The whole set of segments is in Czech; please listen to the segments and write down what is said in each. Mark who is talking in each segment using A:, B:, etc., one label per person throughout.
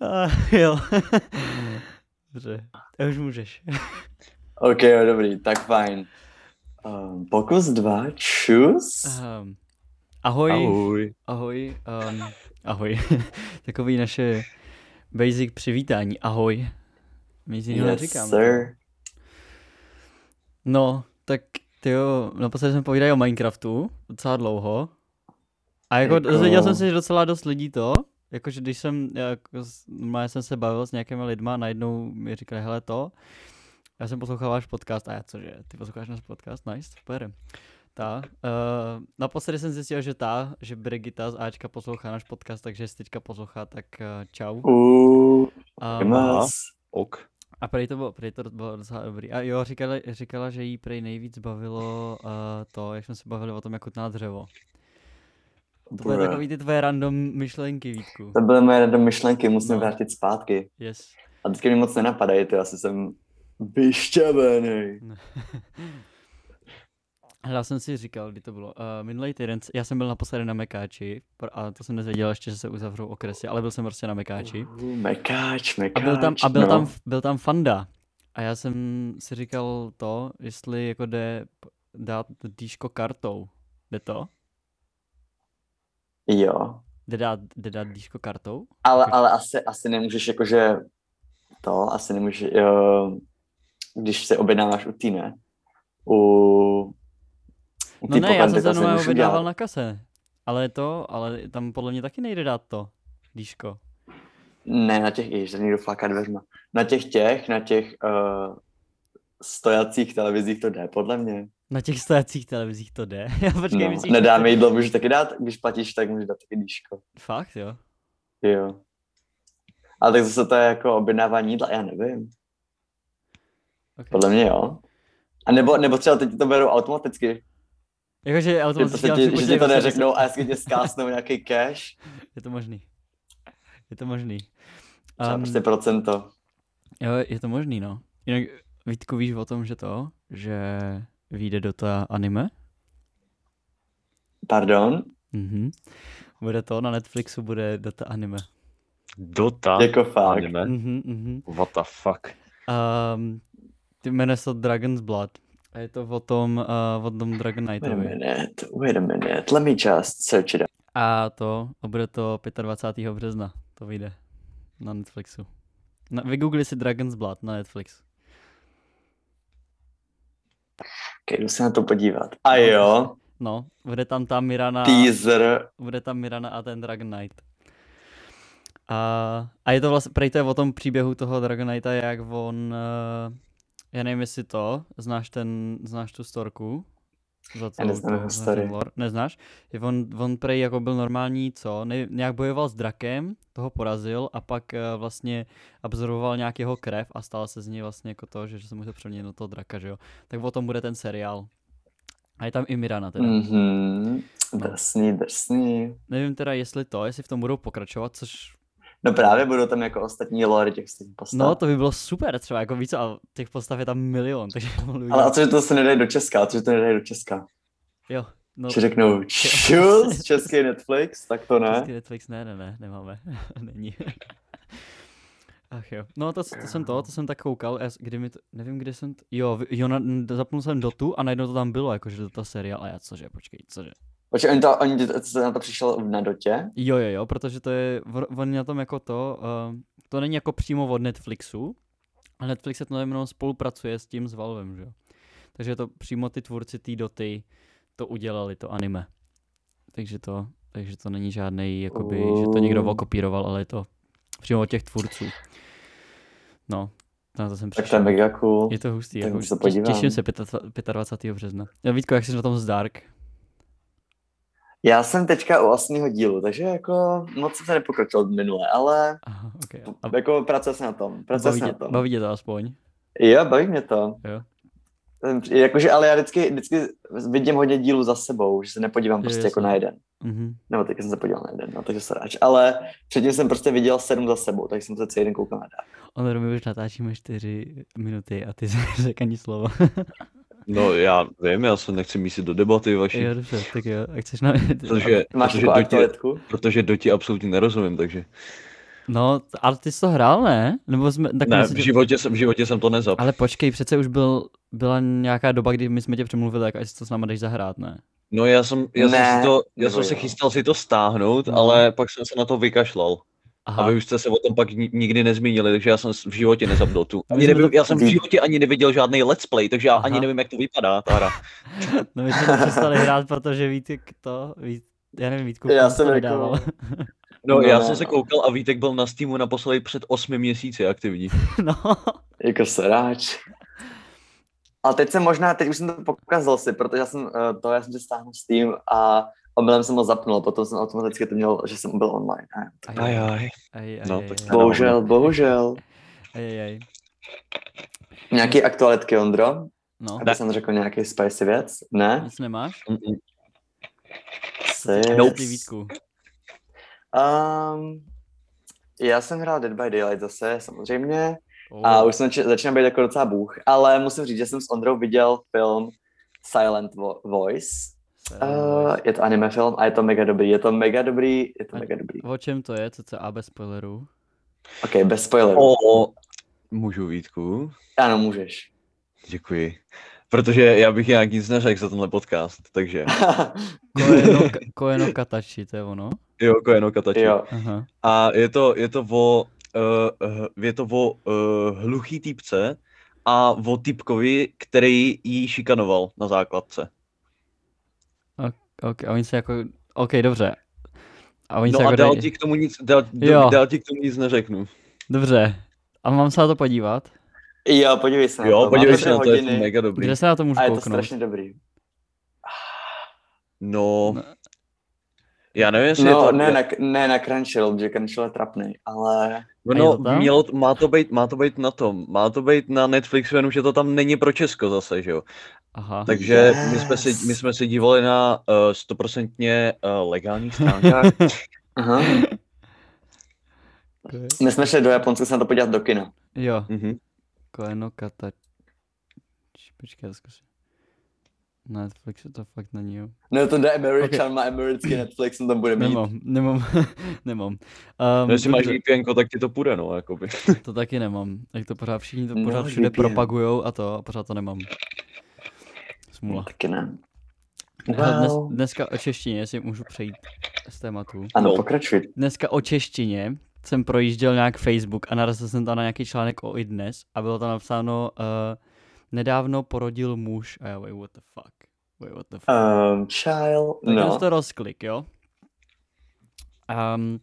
A: A Eh, jo. Mm. Dobře, a už můžeš.
B: OK, jo, dobrý, tak fajn. Um, pokus dva, čus.
A: Um, ahoj.
C: Ahoj.
A: Ahoj. Um, ahoj. Takový naše basic přivítání. Ahoj. Nic jiného neříkám.
B: sir.
A: No, tak tyjo, naposledy jsme povídali o Minecraftu docela dlouho. A jako
B: Jako-
A: dozvěděl jsem se, že docela dost lidí to, jakože když jsem, jako, s- normálně jsem se bavil s nějakými lidma, najednou mi říkali, hele to, já jsem poslouchal váš podcast, a já cože, ty posloucháš náš podcast, nice, super. Ta, uh, naposledy jsem zjistil, že ta, že Brigita z Ačka poslouchá náš podcast, takže jestli teďka poslouchá, tak uh, čau.
B: Uh,
A: Um,
B: Mas.
C: Ok.
A: a prej to bylo, prej to bylo docela dobrý. A jo, říkala, říkala že jí prej nejvíc bavilo uh, to, jak jsme se bavili o tom, jak chutná dřevo. To byly
B: Bra.
A: takový ty tvoje random myšlenky, Vítku.
B: To byly moje random myšlenky, musím
A: No.
B: no. vrátit zpátky.
A: Yes.
B: A vždycky mi moc nenapadají, ty asi jsem vyšťavený.
A: Hele, Já jsem si říkal, kdy to bylo. Uh, minulý týden, c- já jsem byl naposledy na Mekáči, pr- a to jsem nezvěděl ještě, že se uzavřou okresy, ale byl jsem prostě na Mekáči.
B: Uh, Mekáč,
A: A
B: mekáč.
A: byl tam, a byl,
B: no.
A: tam, byl tam Fanda. A já jsem si říkal to, jestli jako jde p- dát dýško kartou. Jde to?
B: Jo.
A: Jde dát, jde dát dýško kartou?
B: Ale,
A: Tak-
B: ale asi, asi nemůžeš jakože to, asi nemůžeš, jo, když se objednáváš u týne, ne? U, u
A: No ne, já jsem se
B: to asi
A: normálně
B: nemůžu
A: objednával
B: dělat.
A: na kase. Ale to, ale tam podle mě taky nejde dát to. Díško.
B: Ne, na těch, ježiš, tady někdo fláká dveřma. Na těch těch, na těch uh, stojacích televizích to jde, podle mě.
A: Na těch stojacích televizích to jde. Já počkej,
B: No,
A: myslíš, že to...
B: nedáme jídlo, můžu taky dát, když platíš, tak můžeš dát taky díško.
A: Fakt, jo?
B: Jo. Ale tak zase to je jako objednávání jídla, já nevím.
A: Okay.
B: Podle mě jo. A nebo, nebo třeba teď to berou automaticky,
A: Jakože
B: že, to
A: automaticky
B: se
A: dělám
B: ti,
A: všechno,
B: že ti to
A: musím-
B: neřeknou a jestli tě skásnou nějaký cash,
A: Je to možný. Je to možný.
B: třeba
A: Um,
B: prostě procento.
A: Jo, je to možný, no. Jinak Vítku, víš o tom, že to, že vyjde do ta anime?
B: Pardon?
A: Mhm. Bude to, na Netflixu bude data anime.
C: Dota.
B: Jako fakt.
C: Anime.
A: Mhm, mhm.
C: What the fuck.
A: Um, ty jmenuje se to Dragon's Blood. A je to o tom, uh, o tom Dragon
B: Wait a
A: Knightovi.
B: minute, wait a minute, let me just search it up.
A: A to, a bude to 25. března, to vyjde na Netflixu. Na, vygoogli si Dragon's Blood na Netflix.
B: Okay, jdu se na to podívat. A jo,
A: No, bude tam ta Mirana,
B: teaser,
A: bude tam Mirana a ten Dragon Knight. A, a je to vlastně, prej to je o tom příběhu toho Dragon Knighta, jak on, eh, já nevím jestli to, znáš ten, znáš tu storku? Za tou-
B: neznám
A: tou-
B: jeho
A: za
B: story.
A: ten lore? Neznáš? Je on, on prej jako byl normální, co, ne, nějak bojoval s drakem, toho porazil a pak eh, vlastně absorboval nějak jeho krev a stala se z něj vlastně jako to, že, že se může přeměnit do toho draka, že jo. Tak o tom bude ten seriál. A je tam i Mirana teda.
B: Mhm,
A: No.
B: drsný, drsný.
A: Nevím teda, jestli to, jestli v tom budou pokračovat, což...
B: No právě budou tam jako ostatní lore těch ostatních postav.
A: No, to by bylo super třeba, jako víc, a těch postav je tam milion, takže mohli
B: Ale a
A: udělat...
B: co, že to se nedají do Česka, a co, že to nedají do Česka?
A: Jo, no,
B: No. Že řeknou, čus, český Netflix, tak to ne.
A: český Netflix, ne, ne, ne, nemáme, není. Ach jo, no to, to jsem to, to jsem tak koukal, já s- kdy mi to, nevím, kde jsem, t... jo, v- jo, na, n- zapnul jsem Dotu a najednou to tam bylo, jakože Dota seriál, a já cože, počkej, cože.
B: Počkej, oni to, oni to, co na to přišel na dotě?
A: Jo, jo, jo, protože to je, vr- on na tom jako to, uh, to není jako přímo od Netflixu, a Netflix se to jenom spolupracuje s tím s Valvem, že jo. Takže to přímo ty tvůrci té doty to udělali, to anime. Takže to, takže to není žádný, jakoby, že to někdo
B: Oh.
A: okopíroval, ale je to přímo od těch tvůrců. No, na to jsem
B: Tak to je
A: přišel.
B: mega cool.
A: Je to hustý,
B: Tak
A: jako
B: se
A: už tě-
B: podívám.
A: těším se 25. 25. března. Já Vítko, jak jsi na tom s Dark?
B: Já jsem teďka u osmého dílu, takže jako moc jsem se nepokročil minule, ale
A: Aha, okay.
B: a... jako pracuje se na tom, pracuje
A: baví,
B: se na
A: tě,
B: tom.
A: baví tě to aspoň?
B: Jo, baví mě to.
A: Jo.
B: Jsem- Jakože, ale já vždycky, vždycky vidím hodně dílů za sebou, že se nepodívám
A: Jo,
B: prostě
A: jasně.
B: jako na jeden.
A: Mhm.
B: Nebo teď jsem se podíval na jeden, no, takže se ráč. Ale předtím jsem prostě viděl sedm za sebou, tak jsem se celý den koukal na dál.
A: Ono, my už natáčíme 4 minuty a ty jsi neřekl ani slovo.
C: No já vím, já se nechci mísit do debaty vaší.
A: jo, dobře, tak jo, tak chceš na...
C: Protože,
B: Máš jako takovou
C: protože, dotě,
B: aktualitku?
C: protože dotě absolutně nerozumím, takže
A: No, t- ale ty jsi to hrál, ne? Nebo jsme, tak
C: Ne,
A: my jsme
C: v
A: tě-
C: životě, jsem, v životě jsem to nezapl.
A: Ale počkej, přece už byl, byla nějaká doba, kdy my jsme tě přemluvili, tak ať si to s náma jdeš zahrát, ne?
C: No já jsem, já jsem,
B: Ne,
C: si to, já
B: nebo
C: jsem se
B: jo.
C: chystal si to stáhnout,
A: No.
C: ale pak jsem se na to vykašlal.
A: Aha,
C: A vy už jste se o tom pak ni- nikdy nezmínili, takže já jsem s- v životě nezapnul tu. Ani
A: jsme to-
C: nevím, já jsem v
B: Vy-
C: životě ani neviděl žádný let's play, takže já ani
A: Aha.
C: nevím, jak to vypadá, ta hra.
A: no my jsme to přestali hrát, protože Vítek to, Vít, já nevím, Vítku,
B: Já
A: komu jsi
B: jsem
A: to
B: jako-
A: nedával.
C: No,
B: No,
C: já
B: ne,
C: jsem se
B: no.
C: koukal a Vítek byl na Steamu naposledy před 8 měsíci aktivní.
A: No,
B: Jako sráč. A teď jsem možná, teď už jsem to pokazal si, protože já jsem eh, to, já jsem si stáhnul Steam a omylem jsem ho zapnul, potom jsem automaticky to měl, že jsem byl online. A
C: Aj, aj.
A: aj, aj,
C: No,
A: aj,
C: tak
A: aj,
C: to-
B: Bohužel, bohužel.
A: aj, aj,
B: Nějaký aktualitky, Ondro?
A: no,
B: Aby jsem řekl nějaký spicy věc? Ne?
A: nic nemáš?
C: Mm, mm.
B: Jsi...
A: Nope. Ty Vítku.
B: Um, já jsem hrál Dead by Daylight zase, samozřejmě.
A: Oh.
B: A už jsem či- začínám být jako docela bůh, ale musím říct, že jsem s Ondrou viděl film Silent Vo- Voice. Uh, je to anime film a je to mega dobrý, je to mega dobrý, je to
A: A-
B: mega dobrý.
A: O čem to je, co to a bez spoilerů?
B: Ok, bez spoilerů.
C: O, můžu Vítku?
B: Ano, můžeš.
C: Děkuji. Protože já bych nějak nic neřekl za tenhle podcast, takže
A: Koeno, ka- koeno Katachi, to je ono?
C: jo, Koeno Katachi.
B: jo,
A: Aha.
C: A je to, je to o, uh, je to o uh, hluchý týpce a o týpkovi, který ji šikanoval na základce.
A: Okay, a oni se jako, ok, dobře. A oni se
C: no a
A: jako
C: dál
A: dej-
C: ti k tomu nic, dál,
A: Jo.
C: dál ti k tomu nic neřeknu.
A: Dobře. A mám se na to podívat?
B: jo, podívej se na to.
C: Jo,
B: má
C: podívej
B: tři
C: se na to, je to
B: hodiny
C: mega dobrý.
A: Kde se na to můžu
B: A je to
A: kouknout?
B: strašně dobrý.
C: No,
A: Ne.
C: já nevím, jestli je
B: No,
C: to...
B: ne na, ne na Crunchyroll, protože Crunchyroll je trapný, ale...
A: A
C: No,
A: je to tam?
C: mělo, má, to být, má to být na tom, má to být na Netflixu, jenom že to tam není pro Česko zase, že jo.
A: Aha.
C: Takže my, jsme
B: Yes.
C: si, my jsme si dívali na eh, stoprocentně uh, legálních stránkách.
B: Aha.
A: Okay.
B: My jsme šli do Japonska se na to podívat do kina.
A: Jo,
C: Mhm.
A: koeno kata... Č- Počkej, já zkusím. Na Netflixu to fakt není, jo.
B: No to jde Američan, má americký Netflix, on tam bude mít.
A: Nemám, nemám, nemám.
C: No, jestli
A: Um,
C: máš
A: dobře,
C: VPN, tak ti to půjde, no, jakoby.
A: to taky nemám. Jak to pořád všichni to
B: No,
A: pořád všude
B: VPN.
A: propagujou a to, a pořád to nemám. Smula.
B: No, Taky ne.
A: Hele, Dnes,
B: Wow.
A: dneska o češtině, jestli můžu přejít z tématu.
B: Ano,
C: No.
B: pokračuj.
A: Dneska o češtině jsem projížděl nějak Facebook a narazil jsem tam na nějaký článek o i dnes a bylo tam napsáno uh, nedávno porodil muž a já wait, what the fuck. Wait, what the fuck.
B: Um, child,
A: Tak no.
B: no.
A: to rozklik, jo. Um,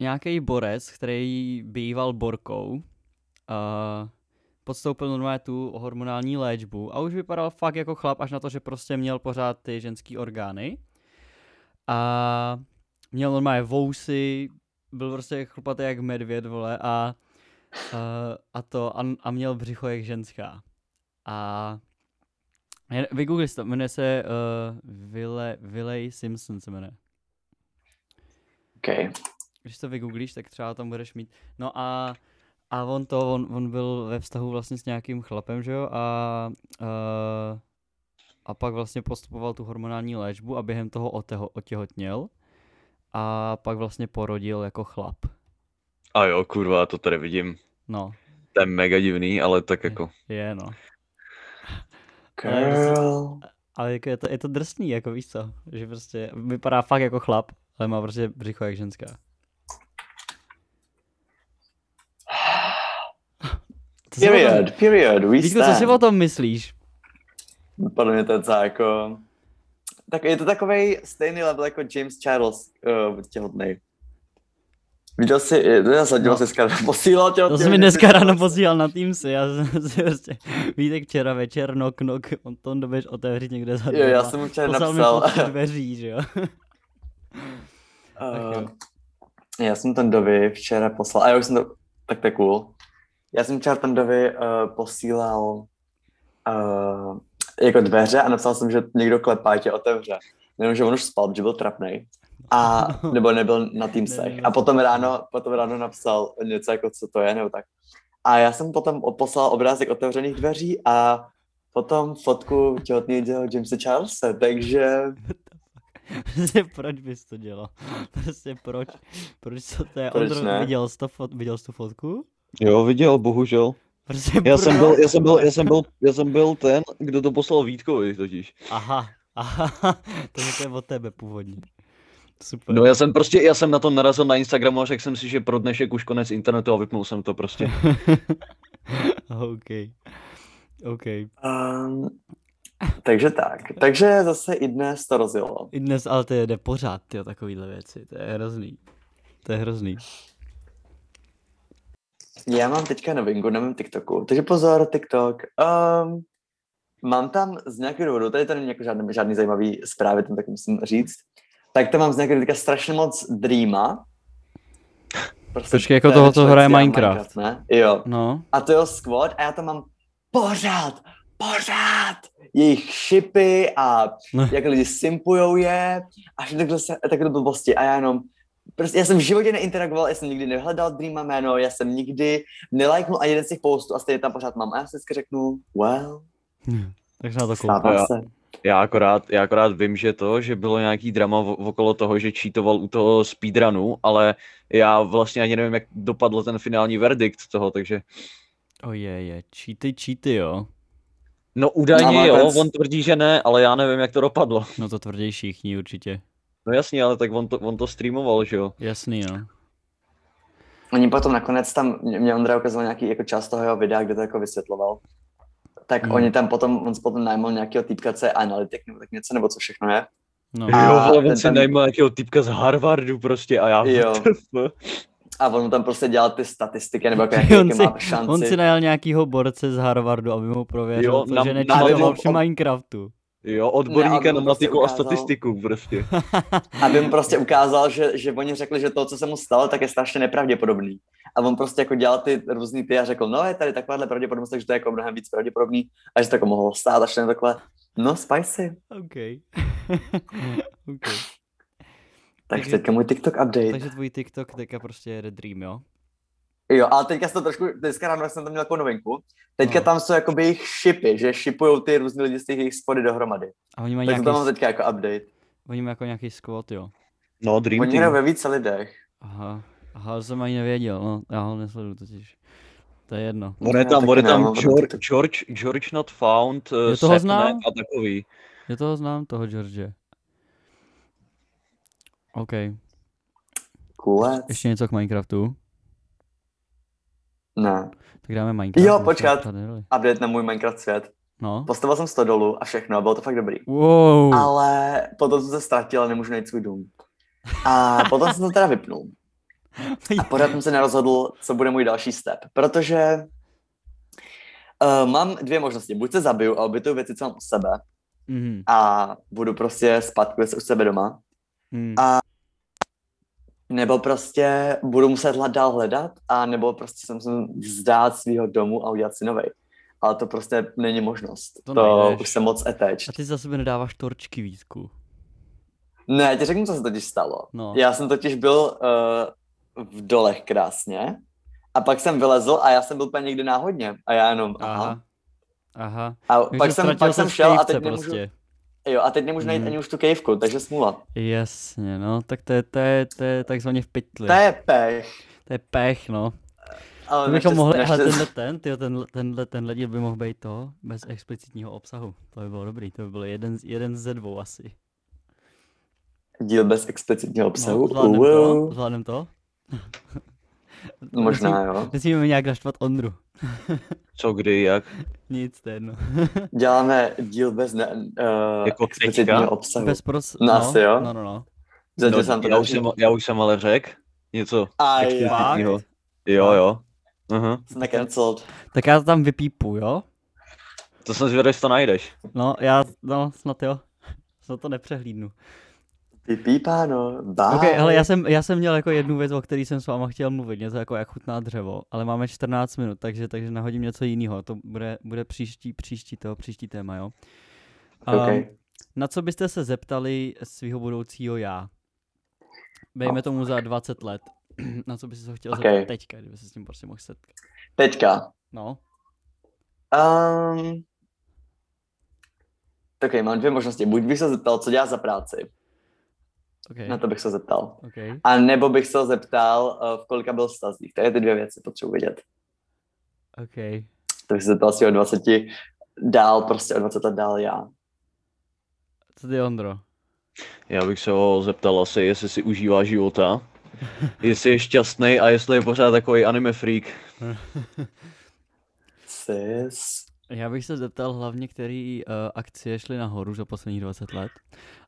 A: nějaký borec, který býval borkou, uh, podstoupil normálně tu hormonální léčbu a už vypadal fakt jako chlap, až na to, že prostě měl pořád ty ženský orgány. A měl normálně vousy, byl prostě chlupatý jak medvěd, vole, a, uh, a to, a, a měl břicho jak ženská. A Jen- Vygoogli si to, jmenuje se uh, Ville, Willey Simpson se jmenuje.
B: Okay.
A: Když to vygooglíš, tak třeba tam budeš mít. No a, a on to, on, on byl ve vztahu vlastně s nějakým chlapem, že jo, a, uh, a pak vlastně postupoval tu hormonální léčbu a během toho oteho, otěhotněl a pak vlastně porodil jako chlap.
C: A jo, kurva, já to tady vidím.
A: No,
C: To je mega divný, ale tak jako...
A: je no.
B: Girl.
A: Ale jako je to, je to drsný, jako víš co, že prostě vypadá fakt jako chlap, ale má prostě břicho jak ženská. Co si o tom-
B: Period, period, we
A: Vítku, co si o
B: stand.
A: tom myslíš?
B: Podle mě to je docela jako... Tak je to takový stejný level jako James Charles uh, těhotnej. Viděl jsi, eh, já jsem
A: No.
B: no. si Karla posílal těhotný.
A: To jsi mi dneska ráno posílal na Teamsy, já jsem si prostě, Vítek včera večer, nok, nok, on to dobeš otevřít někde za
B: Jo, já
A: dveřma.
B: jsem mu včera
A: Poslal mi
B: napsal.
A: fotku dveří, že jo?
B: Eh,
A: jo.
B: já jsem Tondovi včera poslal, a já už jsem to, tak to je cool. Já jsem včera Tondovi uh, posílal uh, jako dveře a napsal jsem, že někdo klepá, tě otevře. Jenom, že on už spal, že byl trapnej. A nebo nebyl na Teamsech. A potom ráno, potom ráno napsal něco jako, co to je, nebo tak. A já jsem potom o- poslal obrázek otevřených dveří a potom fotku těhotný dělal Jamesa Charlesa, takže
A: Prostě proč bys to dělal? Prostě proč? Proč to, to je?
B: Proč
A: Ondro,
B: ne?
A: viděl jsi, to fot, viděl jsi tu fotku?
C: Jo, viděl, bohužel.
A: Prostě
C: Já
A: proč?
C: jsem byl, já jsem byl, já jsem byl, já jsem byl ten, kdo to poslal Vítkovi totiž.
A: Aha, aha, takže to je od tebe původně. Super.
C: No já jsem prostě, já jsem na to narazil na Instagramu a řekl jsem si, že pro dnešek už konec internetu a vypnul jsem to prostě.
A: OK. OK.
B: Um, takže tak. Takže zase i dnes to rozjelo.
A: I dnes ale to jede pořád, tyjo, takovýhle věci. To je hrozný. To je hrozný.
B: Já mám teďka novinku na mém TikToku, takže pozor, TikTok. Um, mám tam z nějakého důvodu, tady to není jako žádný, žádný zajímavý zprávy, tam tak musím říct, tak tam mám z nějakého teďka strašně moc Dreama. Prostě
A: Počkej, jako
B: to je
A: toho, co
B: Netflix,
A: hraje
B: já
A: Minecraft.
B: ne? Jo.
A: No,
B: A to je Squad a já tam mám pořád, pořád jejich šipy a
A: No.
B: jak lidi simpujou je a že takhle, se, takhle blbosti a já jenom Prostě já jsem v životě neinteragoval, já jsem nikdy nehledal Dreama jméno, já jsem nikdy nelajknul ani jeden z těch postů a stejně tam pořád mám. A já si vždycky řeknu, well,
A: tak se na to koukám.
B: stává
C: já-
B: se.
C: Já akorát, já akorát vím, že to, že bylo nějaký drama v, okolo toho, že čítoval u toho speedrunu, ale já vlastně ani nevím, jak dopadl ten finální verdikt toho, takže...
A: Oje, je, číty, číty, jo.
C: No
B: No,
C: údajně
B: ale
C: jo,
B: ten s-
C: on tvrdí, že ne, ale já nevím, jak to dopadlo.
A: No to tvrdí všichni určitě.
C: No jasně, ale tak on to, on to streamoval, že jo.
A: Jasný, no.
B: Oni potom nakonec tam, mě mě Ondra ukazoval nějaký jako část toho jeho videa, kde to jako vysvětloval. Tak
A: Hmm.
B: hmm. oni tam potom, on potom najmul nějakého týpka, co je analytik nebo tak něco, nebo co všechno je.
A: No,
C: Jo, ale
B: ten
C: on si
B: tam-
C: najímal nějakého typka z Harvardu prostě a já...
B: Jo. A on mu tam prostě dělal ty statistiky, nebo jako
A: On
B: jaké jaké
A: si-
B: má šanci.
A: on si najel nějakýho borce z Harvardu, aby mu prověřil,
C: Jo,
A: to,
C: na-
A: že
C: na-
A: nečítoval
B: ale-
A: při Minecraftu.
C: Jo, odborníka
B: Ne,
C: na
B: on prostě
C: matiku a
B: ukázal-
C: statistiku prostě.
B: Aby mu prostě ukázal, že, že oni řekli, že to, co se mu stalo, tak je strašně nepravděpodobný. A on prostě jako dělal ty různý ty a řekl, no je tady takováhle pravděpodobnost, takže to je jako mnohem víc pravděpodobný. A že to jako mohlo stát, až ten takhle, no spicy.
A: OK. OK.
B: Tak
A: Takže-
B: teďka můj TikTok update.
A: Takže tvůj TikTok teďka prostě jede dream, jo?
B: Jo, ale teďka jsem to trošku, dneska ráno jsem tam měl jako novinku. Teďka
A: No.
B: no. tam jsou jakoby jejich šipy, že šipujou ty různý lidi z těch jejich spody dohromady.
A: A oni mají
B: Tak to
A: nějaký,
B: tam mám
A: s-
B: teďka jako update.
A: oni mají jako nějaký squat, jo?
C: No, Dream
B: Oni hrajou
C: Team.
B: ve více lidech.
A: Aha, aha, to jsem ani nevěděl, no, já ho nesleduju totiž. To je jedno.
C: On je
B: Já
C: tam,
B: taky
C: on je
B: nemám
C: tam George,
B: TikTok.
C: George, George Not Found,
A: toho
C: uh, Setne
A: znám?
C: a takový.
A: Já toho znám, toho George. OK,
B: Cool.
A: ještě něco k Minecraftu?
B: Ne.
A: Tak dáme Minecraft.
B: Jo,
A: my jsme ho
B: počkat.
A: pořád nedali.
B: Update na můj Minecraft svět.
A: No.
B: Postavil jsem 100 dolů a všechno, a bylo to fakt dobrý.
A: Wow.
B: Ale potom jsem se ztratil a nemůžu najít svůj dům. A potom jsem to teda vypnul. A pořád jsem se nerozhodl, co bude můj další step, protože uh, mám dvě možnosti. Buď se zabiju a obytuju věci, co mám u sebe,
A: Mhm,
B: a budu prostě spát se u sebe doma.
A: mhm.
B: a- Nebo prostě budu muset hla- dál hledat, a nebo prostě se musím vzdát svého domu a udělat si novej. Ale to prostě není možnost.
A: To
B: To, to
A: nejdeš.
B: už jsem moc eteč.
A: A ty za sebe nedáváš torčky, Vítku.
B: Ne, já ti řeknu, co se totiž stalo.
A: No.
B: Já jsem totiž byl uh, v dolech krásně a pak jsem vylezl a já jsem byl úplně někde náhodně. A já jenom, aha.
A: Aha. Aha.
B: A
A: Takže
B: pak jsem,
A: ztratil
B: pak
A: se
B: jsem
A: v
B: šel a
A: kejvce
B: teď nemůžu,
A: Prostě.
B: jo, a teď nemůžu najít
A: Mhm.
B: ani už tu kejvku, takže smůla.
A: Jasně, no, tak to je, to je, to je takzvaně v pytli.
B: To je pech.
A: to je pech, no.
B: Ale
A: To bychom
B: naštěst-
A: mohli, ale
B: naštěst-
A: tenhle ten, tyjo, tenhle, tenhle, tenhle díl by mohl být to, bez explicitního obsahu. To by bylo dobrý, to by byl jeden, z- jeden ze dvou asi.
B: díl bez explicitního
A: No,
B: obsahu.
A: zvládnem to, no.
B: Wow.
A: zvládnem to.
B: Možná jo.
A: Nesmíme nějak naštvat Ondru.
C: Co, kdy, jak?
A: Nic, to je jedno.
B: Děláme díl bez ne, uh,
C: Jako
B: explicitního
C: teďka?
B: obsahu. Bez...
A: Bez pros...
B: No, asi jo.
A: No, no, no.
B: Zatím
C: No,
B: jsem to
C: já, už jsem, já už jsem ale řekl něco
B: A já
C: explicitního. Jo, jo. Mhm. Aha.
B: jsem cancelled.
A: Tak já to tam vypípu, jo?
C: To jsem zvědavý, jestli to najdeš.
A: No, já, no, snad jo. Snad to nepřehlídnu.
B: Vypípáno. Bye.
A: Ok, hele, já jsem, já jsem měl jako jednu věc, o který jsem s váma chtěl mluvit, něco jako jak chutná dřevo, ale máme 14 minut, takže, takže nahodím něco jiného, to bude, bude příští, příští to, příští téma, jo. Um,
B: Ok.
A: Na co byste se zeptali svého budoucího já? Dejme tomu za 20 let. na co byste se chtěl
B: Ok.
A: zeptat teďka, kdyby se s tím prostě mohl setkat.
B: Teďka.
A: No,
B: Um... Tak okay, mám dvě možnosti. Buď bych se zeptal, co dělá za práci.
A: Okay.
B: Na to bych se zeptal.
A: Okay.
B: A nebo bych se zeptal, eh, v kolika byl vztazích. Tady ty dvě věci potřebuji vědět.
A: Okay.
B: To bych se zeptal asi o 20 dál, prostě o 20 let dál já.
A: Co ty, Ondro?
C: Já bych se ho zeptal asi, jestli si užívá života, jestli je šťastný a jestli je pořád takový anime freak.
B: Sis.
A: Já bych se zeptal hlavně, který uh, akcie šly nahoru za posledních 20 let.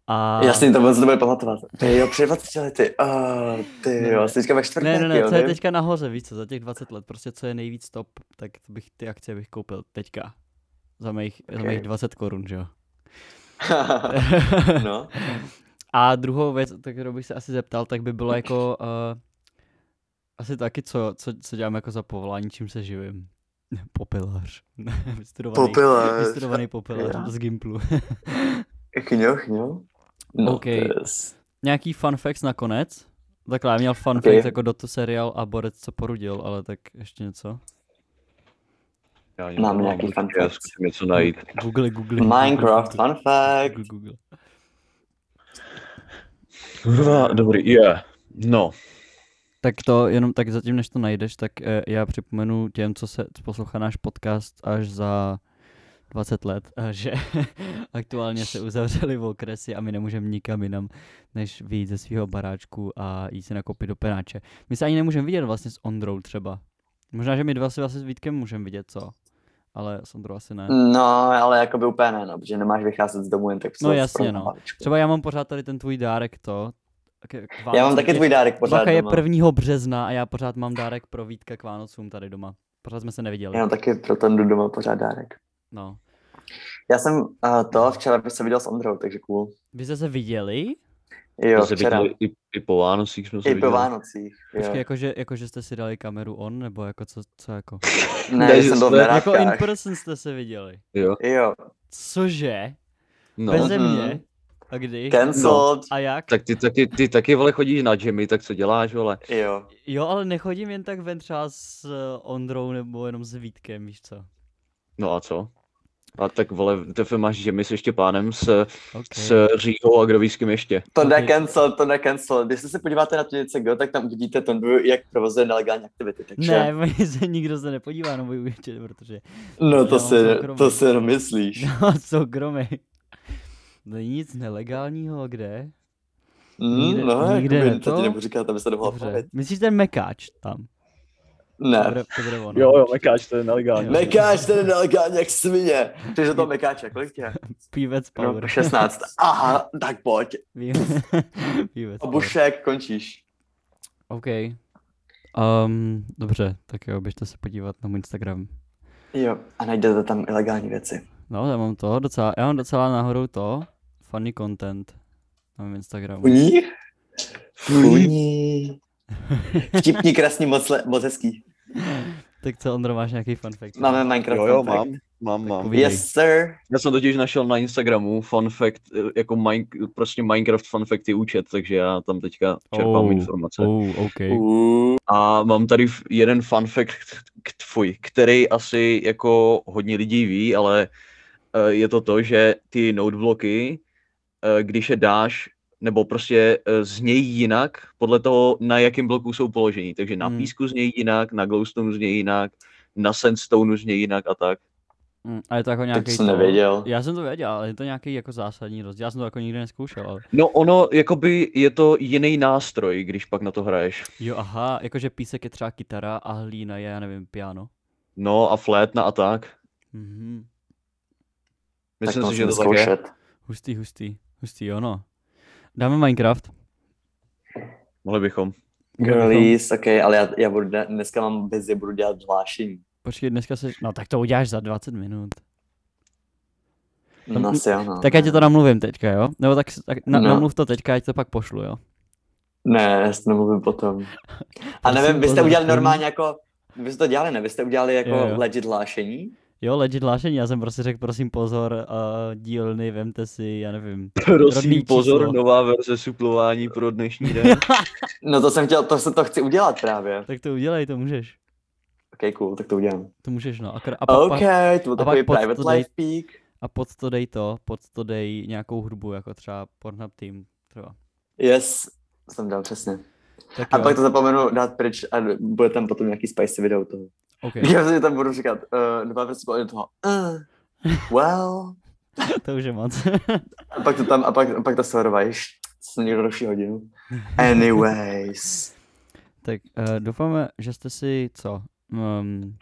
A: A...
B: Jasně, to moc nebude pamatovat. Ty jo, před 20 lety. Uh, ty
A: Ne,
B: jo,
A: ne.
B: jsi teďka ve čtvrtek,
A: Ne, ne, ne,
B: jo,
A: co je
B: vím.
A: teďka nahoře, víš co, za těch 20 let, prostě co je nejvíc top, tak bych ty akcie bych koupil teďka. Za mých, okay. za mých
B: Ok.
A: 20 korun, že jo.
B: no,
A: A druhou věc, tak kterou bych se asi zeptal, tak by bylo jako uh, asi taky, co, co, co dělám jako za povolání, čím se živím. Popilář. vystudovaný,
B: Popilář.
A: Vystudovaný popilář
B: Jo.
A: z Gimplu.
B: chňo, chňo. No,
A: Ok.
B: tis.
A: Nějaký fun facts nakonec? Takhle, já měl fun
B: Ok.
A: okay. facts jako Dotu seriál a Borec, co porudil, ale tak ještě něco.
C: Já
B: Mám nějaký fun
C: určitě, já
B: fact.
C: zkusím něco najít.
A: Google, Google.
B: Minecraft, fun fact.
A: Google, Google.
C: Kurva, Dobrý, je. No,
A: Tak to jenom tak zatím, než to najdeš, tak eh, já připomenu těm, co se co poslouchá náš podcast až za 20 let, eh, že aktuálně se uzavřeli v okresy a my nemůžeme nikam jinam, než vyjít ze svého baráčku a jít se nakoupit do penáče. My se ani nemůžeme vidět vlastně s Ondrou třeba. Možná, že my dva se vlastně s Vítkem můžeme vidět, co? Ale s Ondrou asi ne.
B: No, ale jako by úplně ne, no, protože nemáš vycházet z domu jen tak
A: No
B: se
A: jasně,
B: zrovna
A: no.
B: hlavičku.
A: Třeba já mám pořád tady ten tvůj dárek, to. K, k
B: Já mám
A: Vánocům
B: taky
A: je-
B: tvůj dárek pořád
A: Bacha je
B: doma.
A: 1. března a já pořád mám dárek pro Vítka k Vánocům tady doma. Pořád jsme se neviděli.
B: Já mám taky pro ten jdu doma pořád dárek.
A: No.
B: Já jsem uh, to včera bych se viděl s Ondrou, takže cool.
A: Vy jste se viděli?
B: Jo,
C: to se
B: včera.
C: viděli i, i po Vánocích jsme se
B: I po
C: viděli.
B: Vánocích. Jo.
A: Počkej, jakože, jakože jste si dali kameru on, nebo jako co, co jako?
B: Ne,
C: Ne,
B: že jsem
C: že
B: byl v
C: jsme-
B: Nerádkách.
A: jako in person jste se viděli.
C: Jo,
B: Jo,
A: Cože? No.
C: no.
A: Beze
B: Mhm.
A: mě? A kdy?
B: cancelled.
A: A jak?
C: Tak ty taky, ty taky vole chodíš na džemy, tak co děláš vole?
B: Jo.
A: Jo, ale nechodím jen tak ven třeba s eh, Ondrou nebo jenom s Vítkem, víš co?
C: No a co? A tak vole, tefe máš džemy s ještě pánem, s,
A: Okay.
C: s Říhou a kdo ví s kým ještě.
B: To
A: Ok.
B: jde cancel, to jde cancel. Když se podíváte na Tunice Go, tak tam uvidíte Tondu, jak provozuje nelegální aktivity. Takže...
A: Ne, oni se nikdo se nepodívá na můj účet, protože
B: no to
A: já
B: si,
A: mám soukromý.
B: to si jenom myslíš.
A: no, soukromý. Není No nic nelegálního, kde? nikde-
B: Mm, no,
A: nikde
B: jakoby,
A: ne
B: to
A: to.
B: ti nebudu říkat, aby se nemohla
A: Dobře.
B: bavit.
A: Myslíš ten mekáč tam? To
B: Ne.
A: bude, to bude ono.
C: mekáč, to je nelegální.
A: Ne-
B: Mekáč, ten je nelegální jak svině. Ty že to mekáče, kolik tě? je?
A: Pívec
B: No,
A: Power.
B: 16. Aha, tak pojď.
A: Pívec, Pívec Power.
B: A No, bušek, končíš.
A: OK. Um, dobře, tak jo, běžte se podívat na můj Instagram.
B: Jo, a najdete tam ilegální věci.
A: No, já mám to docela, já mám docela nahoru to, funny content na mém Instagramu.
B: Uní? Uní. Vtipní, krásný, moc, le- moc hezký.
A: Tak co, Ondro, máš nějaký fun fact?
B: Máme Minecraft.
C: Jo, jo,
B: fun fact.
C: mám, mám, mám.
A: Takový-
B: Yes, sir.
C: Já jsem totiž našel na Instagramu fun fact, eh, jako mine, prostě Minecraft fun facty účet, takže já tam teďka čerpám
A: Oh,
C: informace.
A: Oh, OK.
B: Uh,
C: A mám tady f- jeden fun fact, k- tvůj, který asi jako hodně lidí ví, ale eh, je to to, že ty notebloky, eh, když je dáš, nebo prostě eh, znějí jinak podle toho, na jakém bloku jsou položení. Takže na
A: Hmm.
C: písku znějí jinak, na glowstone znějí jinak, na sandstone znějí jinak a tak.
A: Mm, A je to jako
B: tak
A: nějaký
B: jsem nevěděl.
A: Já jsem to věděl, ale je to nějaký jako zásadní rozdíl. Já jsem to jako nikdy neskoušel, ale...
C: No ono, jakoby je to jiný nástroj, když pak na to hraješ.
A: Jo, aha, jakože písek je třeba kytara a hlína je, já nevím, piano.
C: No a flétna a tak.
A: Mhm.
C: Myslím
B: tak
C: si, že to
B: musím
C: tak je.
B: zkoušet.
A: Hustý, hustý, hustý, jo no. Dáme Minecraft.
C: Mohli bychom.
B: Girlies, ok, ale já, já budu, dne- dneska mám bez, budu dělat hlášení.
A: Počkej, dneska se... No tak to uděláš za 20 minut.
B: No, asi jo, no.
A: Tak já tě to namluvím teďka, jo? Nebo tak, tak na,
B: No.
A: namluv to teďka, ať to pak pošlu, jo?
B: Ne, já si to nemluvím potom. A nevím, vy jste
A: pozor,
B: udělali
A: první.
B: normálně jako, vy jste to dělali, ne? Vy jste udělali jako
A: Jo, jo.
B: legit hlášení?
A: Jo, legit hlášení, já jsem prostě řekl, prosím pozor, uh, dílny, vemte si, já nevím. Rodný
C: Prosím,
A: číslo.
C: pozor, nová verze suplování pro dnešní den.
B: No to jsem chtěl, to se to chci udělat právě.
A: Tak to udělej, to můžeš.
B: Ok, cool, tak to udělám.
A: To můžeš, no. A, kr- a,
B: Ok,
A: pak,
B: to byl
A: a pak
B: takový
A: pod-
B: private
A: to dej-
B: life peak.
A: a pod to dej to, pod to dej nějakou hudbu, jako třeba Pornhub Team, třeba.
B: Yes, jsem dal přesně.
A: Tak
B: A
A: jo,
B: pak to zapomenu dát pryč a bude tam potom nějaký spicy video toho.
A: okay,
B: Já si tam budu říkat, uh, dva principy do toho. Uh, well.
A: to už je moc.
B: A pak to tam, a pak, a pak to servajš. Jsem někdo další hodinu. Anyways.
A: tak uh, doufáme, že jste si co? Um,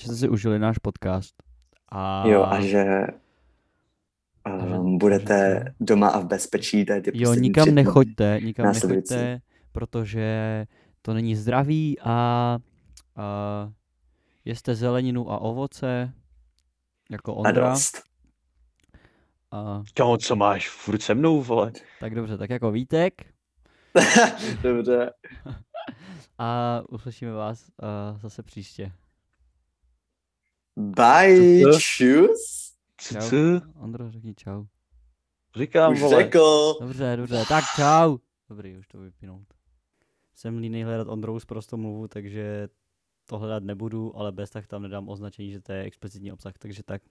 A: že jste si užili náš podcast. A
B: Jo, a že
A: že-
B: um, budete
A: že-
B: doma a v bezpečí. To je ty
A: Jo,
B: poslední tři
A: nikam
B: dny.
A: nechoďte, nikam
B: následující.
A: nechoďte, protože to není zdravý a, a jeste zeleninu a ovoce, jako
B: A
A: Ondra.
B: dost.
A: A,
C: Kámo, co máš furt se mnou, vole?
A: tak dobře, tak jako Vítek
B: Dobře.
A: a uslyšíme vás uh, zase příště.
B: Bye,
C: Co to?
B: tschüss.
C: Co,
A: Čau.
C: co?
A: Ondro, řekni čau.
C: Říkám,
B: Už
C: vole.
B: řekl.
A: Dobře, dobře, tak čau. Dobrý, už to vypinout. Jsem línej hledat Ondrou z prostou mluvu, takže to hledat nebudu, ale bez tak tam nedám označení, že to je explicitní obsah, takže tak.